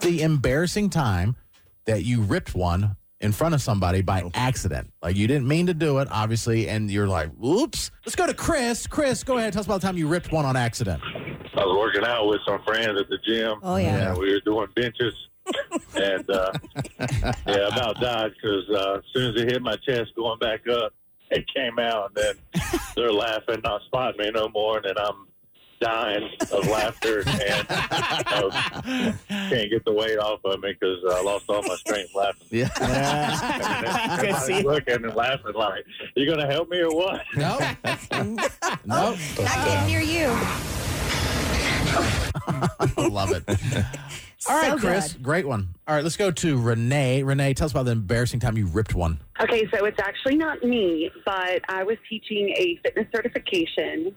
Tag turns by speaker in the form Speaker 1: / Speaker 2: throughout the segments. Speaker 1: the embarrassing time that you ripped one in front of somebody
Speaker 2: Oh.
Speaker 1: by accident? Like you didn't mean to do it, obviously, and you're like, "Oops." Let's go to Chris. Chris, go ahead. Tell us about the time you ripped one on accident.
Speaker 3: I was working out with some friends at the gym.
Speaker 4: Oh, yeah.
Speaker 3: And we were doing benches. and uh, yeah, about died because uh, as soon as it hit my chest going back up, it came out. And then they're laughing, not spotting me no more. And then I'm dying of laughter and I can't get the weight off of me because I lost all my strength laughing. Everybody's looking and laughing like, you going to help me or what?
Speaker 1: No, no,
Speaker 4: Not getting near you.
Speaker 1: love it. All right,
Speaker 4: So
Speaker 1: Chris,
Speaker 4: good.
Speaker 1: great one. All right, let's go to Renee. Renee, tell us about the embarrassing time you ripped one.
Speaker 5: Okay, so it's actually not me, but I was teaching a fitness certification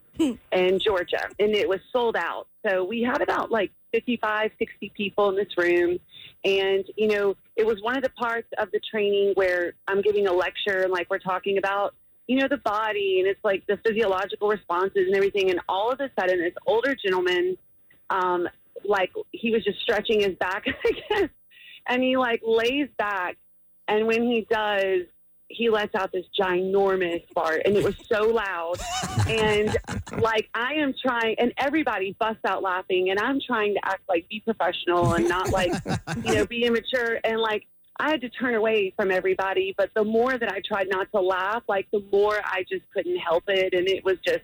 Speaker 5: in Georgia, and it was sold out. So we had about like 55, 60 people in this room. And, you know, it was one of the parts of the training where I'm giving a lecture and like we're talking about, you know, the body and it's like the physiological responses and everything. And all of a sudden, this older gentleman, um, like he was just stretching his back, I guess, and he like lays back. And when he does, he lets out this ginormous fart and it was so loud and like i am trying and everybody busts out laughing and i'm trying to act like be professional and not like you know be immature and like i had to turn away from everybody but the more that i tried not to laugh like the more i just couldn't help it and it was just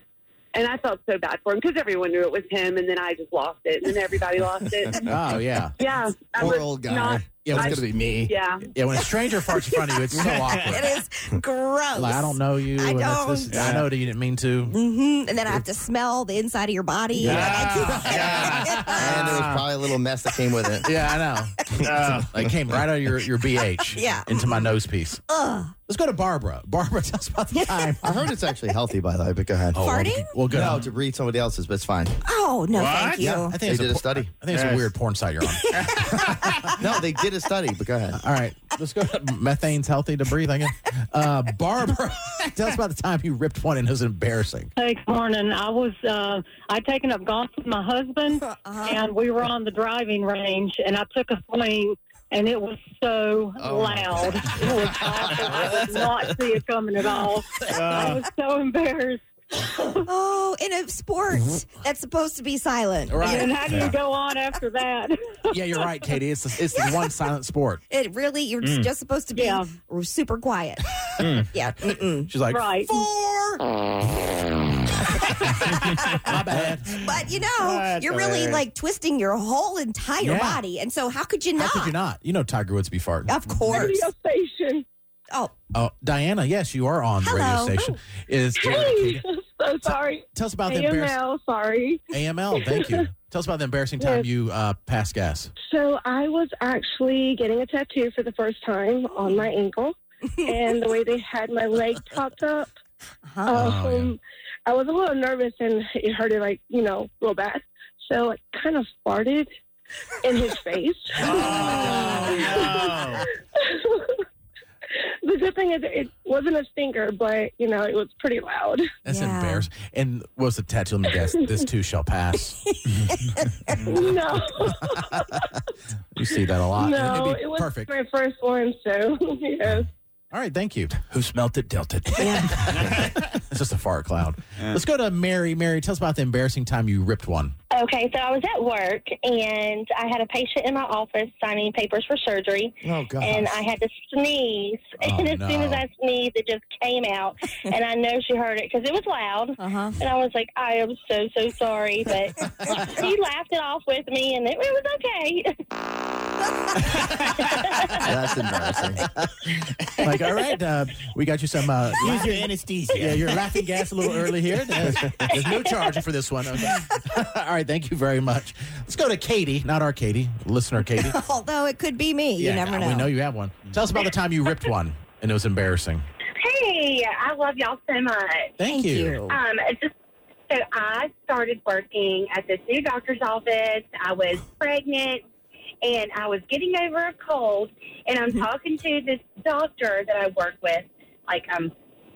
Speaker 5: and i felt so bad for him because everyone knew it was him and then i just lost it and then everybody lost it
Speaker 1: Oh yeah,
Speaker 5: yeah I
Speaker 2: Poor
Speaker 5: was
Speaker 2: old guy.
Speaker 5: not-
Speaker 1: yeah. When,
Speaker 5: I-
Speaker 2: It's gonna be me.
Speaker 5: yeah
Speaker 1: yeah, when a stranger farts in front of you, it's so awkward.
Speaker 4: It is gross.
Speaker 1: Like, I don't know you.
Speaker 4: I
Speaker 1: and that's-
Speaker 4: don't.
Speaker 1: this- I know that you didn't mean to.
Speaker 4: hmm And then I have to smell the inside of your body.
Speaker 2: And there was probably a little mess that came with it.
Speaker 1: Yeah, I know.
Speaker 6: Oh,
Speaker 1: Like, came right out of your, your BH
Speaker 4: Yeah.
Speaker 1: into my nose piece.
Speaker 4: Ugh.
Speaker 1: Let's go to Barbara. Barbara, tell us about the time.
Speaker 2: I heard it's actually healthy, by the way, but go ahead.
Speaker 1: Oh, well,
Speaker 4: Uh-huh. Farting?
Speaker 1: Well, good.
Speaker 2: No, to read somebody else's, but it's fine.
Speaker 4: Oh no, thank you.
Speaker 1: I think
Speaker 2: They
Speaker 1: it's
Speaker 2: did
Speaker 1: a,
Speaker 2: a
Speaker 1: por-
Speaker 2: study.
Speaker 1: I think it's a
Speaker 7: Yes.
Speaker 1: weird porn site you're on.
Speaker 2: No, they did a study, but go ahead.
Speaker 1: All right, let's go. to Methane's healthy to breathe. I guess. Uh, Barbara, tell us about the time you ripped one and it was embarrassing.
Speaker 8: Hey, Carnan, I was uh, I'd taken up golf with my husband,
Speaker 4: Uh-huh.
Speaker 8: and we were on the driving range, and I took a swing, and it was so
Speaker 2: Oh.
Speaker 8: loud. It was awful. I did not see it coming at all. I was so embarrassed.
Speaker 4: Oh, in a sport
Speaker 1: Mm-hmm.
Speaker 4: that's supposed to be silent.
Speaker 8: And how do you
Speaker 1: Yeah.
Speaker 8: go on after that?
Speaker 1: Yeah, you're right, Katie. It's the, it's the one silent sport.
Speaker 4: It really, you're
Speaker 7: Mm.
Speaker 4: just supposed to be
Speaker 8: Yeah.
Speaker 4: super quiet.
Speaker 7: Mm.
Speaker 4: Yeah. Mm-mm.
Speaker 1: She's like,
Speaker 8: right.
Speaker 1: my bad.
Speaker 4: But you know,
Speaker 7: That's
Speaker 4: you're really
Speaker 7: hilarious.
Speaker 4: like twisting your whole entire
Speaker 1: Yeah.
Speaker 4: body. And so, how could you
Speaker 1: How
Speaker 4: not?
Speaker 1: could you not? You know Tiger Woods be farting.
Speaker 4: Of course.
Speaker 8: Radio station.
Speaker 4: Oh,
Speaker 1: Oh, Diana, yes, you are on the radio
Speaker 4: Hello.
Speaker 1: station. Is
Speaker 8: Hey, so sorry.
Speaker 1: tell us about the embarrassing
Speaker 8: AML, sorry.
Speaker 1: AML. Thank you. Tell us about the embarrassing time you uh, passed gas.
Speaker 9: So I was actually getting a tattoo for the first time on my ankle, and the way they had my leg propped up,
Speaker 4: huh.
Speaker 9: um,
Speaker 1: Oh, yeah.
Speaker 9: I was a little nervous and it hurted like you know real bad. So I kind of farted in his face.
Speaker 7: Oh,
Speaker 9: the good thing is it wasn't a stinker, but you know it was pretty loud.
Speaker 1: That's
Speaker 4: Yeah.
Speaker 1: embarrassing. And what was the tattoo? Let me guess. This too shall pass. Mm.
Speaker 9: no,
Speaker 1: You see that a lot. And
Speaker 9: no,
Speaker 1: it'd be
Speaker 9: it was
Speaker 1: perfect.
Speaker 9: my first one, so yes.
Speaker 1: All right, thank you. Who smelt it, dealt it. it's just a fart cloud. Let's go to Mary. Mary, tell us about the embarrassing time you ripped one.
Speaker 10: Okay, so I was at work and I had a patient in my office signing papers for surgery,
Speaker 2: Oh, God.
Speaker 10: and I had to sneeze.
Speaker 1: Oh,
Speaker 10: and as soon as
Speaker 1: no.
Speaker 10: I sneezed, it just came out, and I know she heard it because it was loud.
Speaker 4: Uh huh.
Speaker 10: And I was like, I am so so sorry, but she laughed it off with me, and it, it was okay.
Speaker 4: Uh-huh.
Speaker 2: That's embarrassing.
Speaker 1: Like, all right, uh, we got you some. Uh,
Speaker 7: use
Speaker 1: laugh-
Speaker 7: your anesthesia.
Speaker 1: yeah, you're laughing gas a little early here. There's, there's no charge for this one. Okay. all right, thank you very much. Let's go to Katie, not our Katie, listener Katie.
Speaker 4: Although it could be me. you never know.
Speaker 1: We know you have one. Tell us about the time you ripped one and it was embarrassing.
Speaker 10: Hey, I love y'all so much.
Speaker 1: Thank,
Speaker 10: Um, just so I started working at this new doctor's office. I was pregnant, and I was getting over a cold. And I'm talking to this doctor that I work with, like I'm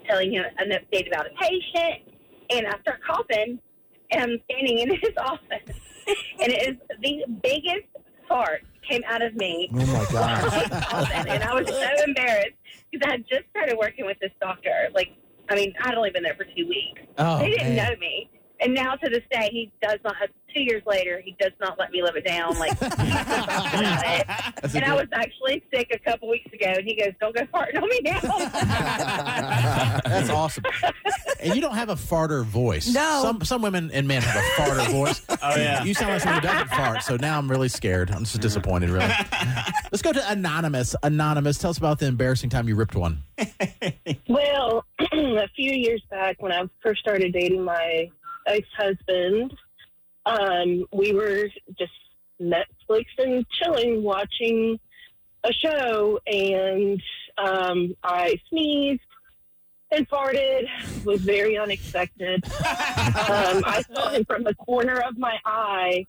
Speaker 10: telling him an update about a patient, and I start coughing, and I'm standing in his office, and it is the biggest fart came out of me.
Speaker 2: Oh my gosh.
Speaker 10: and I was so embarrassed because I had just started working with this doctor. Like, I mean, I'd only been there for two weeks.
Speaker 6: Oh,
Speaker 10: they didn't
Speaker 6: man.
Speaker 10: know me. And now to this day, he does not. Two years later, he does not let me live it down. Like,
Speaker 2: That's a
Speaker 10: and I
Speaker 2: good-
Speaker 10: was actually sick a couple weeks ago, and he goes, "Don't go farting on me now."
Speaker 1: That's awesome. And you don't have a farter voice.
Speaker 4: No.
Speaker 1: Some some women and men have a farter voice.
Speaker 6: Oh, yeah.
Speaker 1: You sound like someone who doesn't fart, so now I'm really scared. I'm just disappointed, really. Let's go to Anonymous. Anonymous, tell us about the embarrassing time you ripped one.
Speaker 5: Well, a few years back when I first started dating my ex husband, um, we were just Netflixing, chilling, watching a show, and um, I sneezed and farted. was very unexpected. um, I saw him from the corner of my eye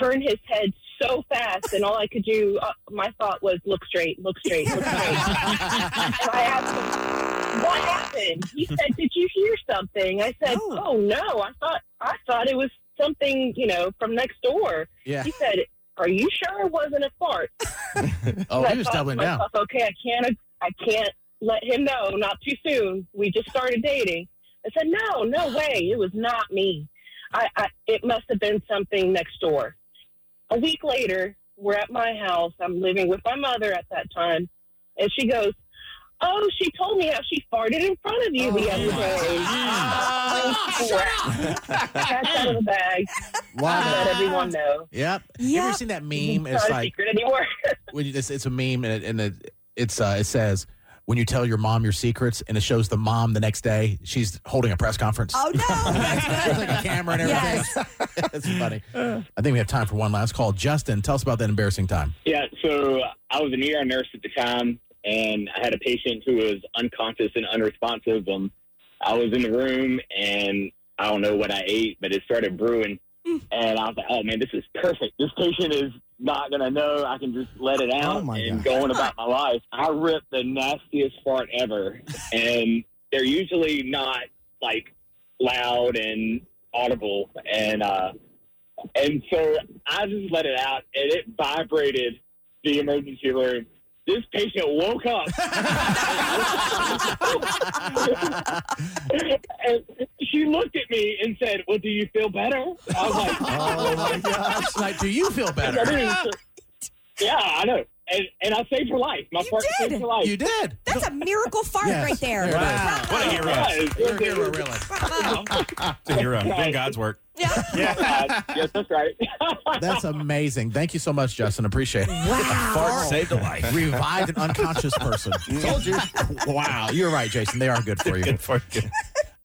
Speaker 5: turn his head so fast, and all I could do, uh, my thought was, look straight, look straight, look straight. And I asked him, "What happened?" He said, "Did you hear something?" I said,
Speaker 4: No.
Speaker 5: "Oh no, I thought I thought it was something, you know, from next door."
Speaker 1: Yeah.
Speaker 5: He said, "Are you sure it wasn't a fart?"
Speaker 1: Oh,
Speaker 5: And
Speaker 1: he was
Speaker 5: I thought
Speaker 1: doubling
Speaker 5: to
Speaker 1: down.
Speaker 5: myself, okay, I can't, I can't let him know. Not too soon. We just started dating. I said, "No, no way. It was not me. I, I it must have been something next door." A week later, we're at my house. I'm living with my mother at that time, and she goes. Oh, she told me how she farted in front of you the other day. Oh, crap. That's out of the bag.
Speaker 1: Wow.
Speaker 5: Let everyone know.
Speaker 1: Yep. You ever
Speaker 4: Yep.
Speaker 1: seen that meme?
Speaker 5: not
Speaker 1: It's
Speaker 5: a
Speaker 1: like
Speaker 5: secret anymore.
Speaker 1: when you, it's, it's a meme and, it, and it, it's uh, it says when you tell your mom your secrets and it shows the mom the next day she's holding a press conference
Speaker 4: Oh no.
Speaker 1: With, like a camera and everything. That's funny. I think we have time for one last call. Justin, tell us about that embarrassing time.
Speaker 11: Yeah, so I was an ER nurse at the time, and I had a patient who was unconscious and unresponsive. Um, I was in the room, and I don't know what I ate, but it started brewing,
Speaker 2: Hmm.
Speaker 11: and I was like, "Oh man, this is perfect. This patient is not gonna know. I can just let it out
Speaker 2: Oh, my
Speaker 11: and
Speaker 2: God.
Speaker 11: go on about my life." I ripped the nastiest fart ever, and they're usually not like loud and audible, and uh, and so I just let it out, and it vibrated the emergency room. This patient woke up. and she looked at me and said, Well, do you feel better? I was like,
Speaker 1: Uh-huh.
Speaker 2: Oh my gosh.
Speaker 1: Like, do you feel better?
Speaker 11: Yeah, I know. And, and I saved her life. My
Speaker 4: You
Speaker 11: part
Speaker 4: did.
Speaker 11: saved her life.
Speaker 1: You did.
Speaker 4: That's a miracle fart
Speaker 1: Yes.
Speaker 4: right there.
Speaker 1: There it is.
Speaker 4: Bravo.
Speaker 6: What a hero.
Speaker 11: Yes,
Speaker 1: You're a hero,
Speaker 11: yes,
Speaker 1: really.
Speaker 4: Bravo.
Speaker 6: It's a hero. Doing God's work.
Speaker 4: Yeah.
Speaker 11: yes. Yes, that's right.
Speaker 1: That's amazing. Thank you so much, Justin. Appreciate it.
Speaker 6: Fart
Speaker 4: Wow.
Speaker 6: saved a life.
Speaker 1: Revived an unconscious person. Told you. Wow. You're right, Jason. They are good for you.
Speaker 6: Good for you.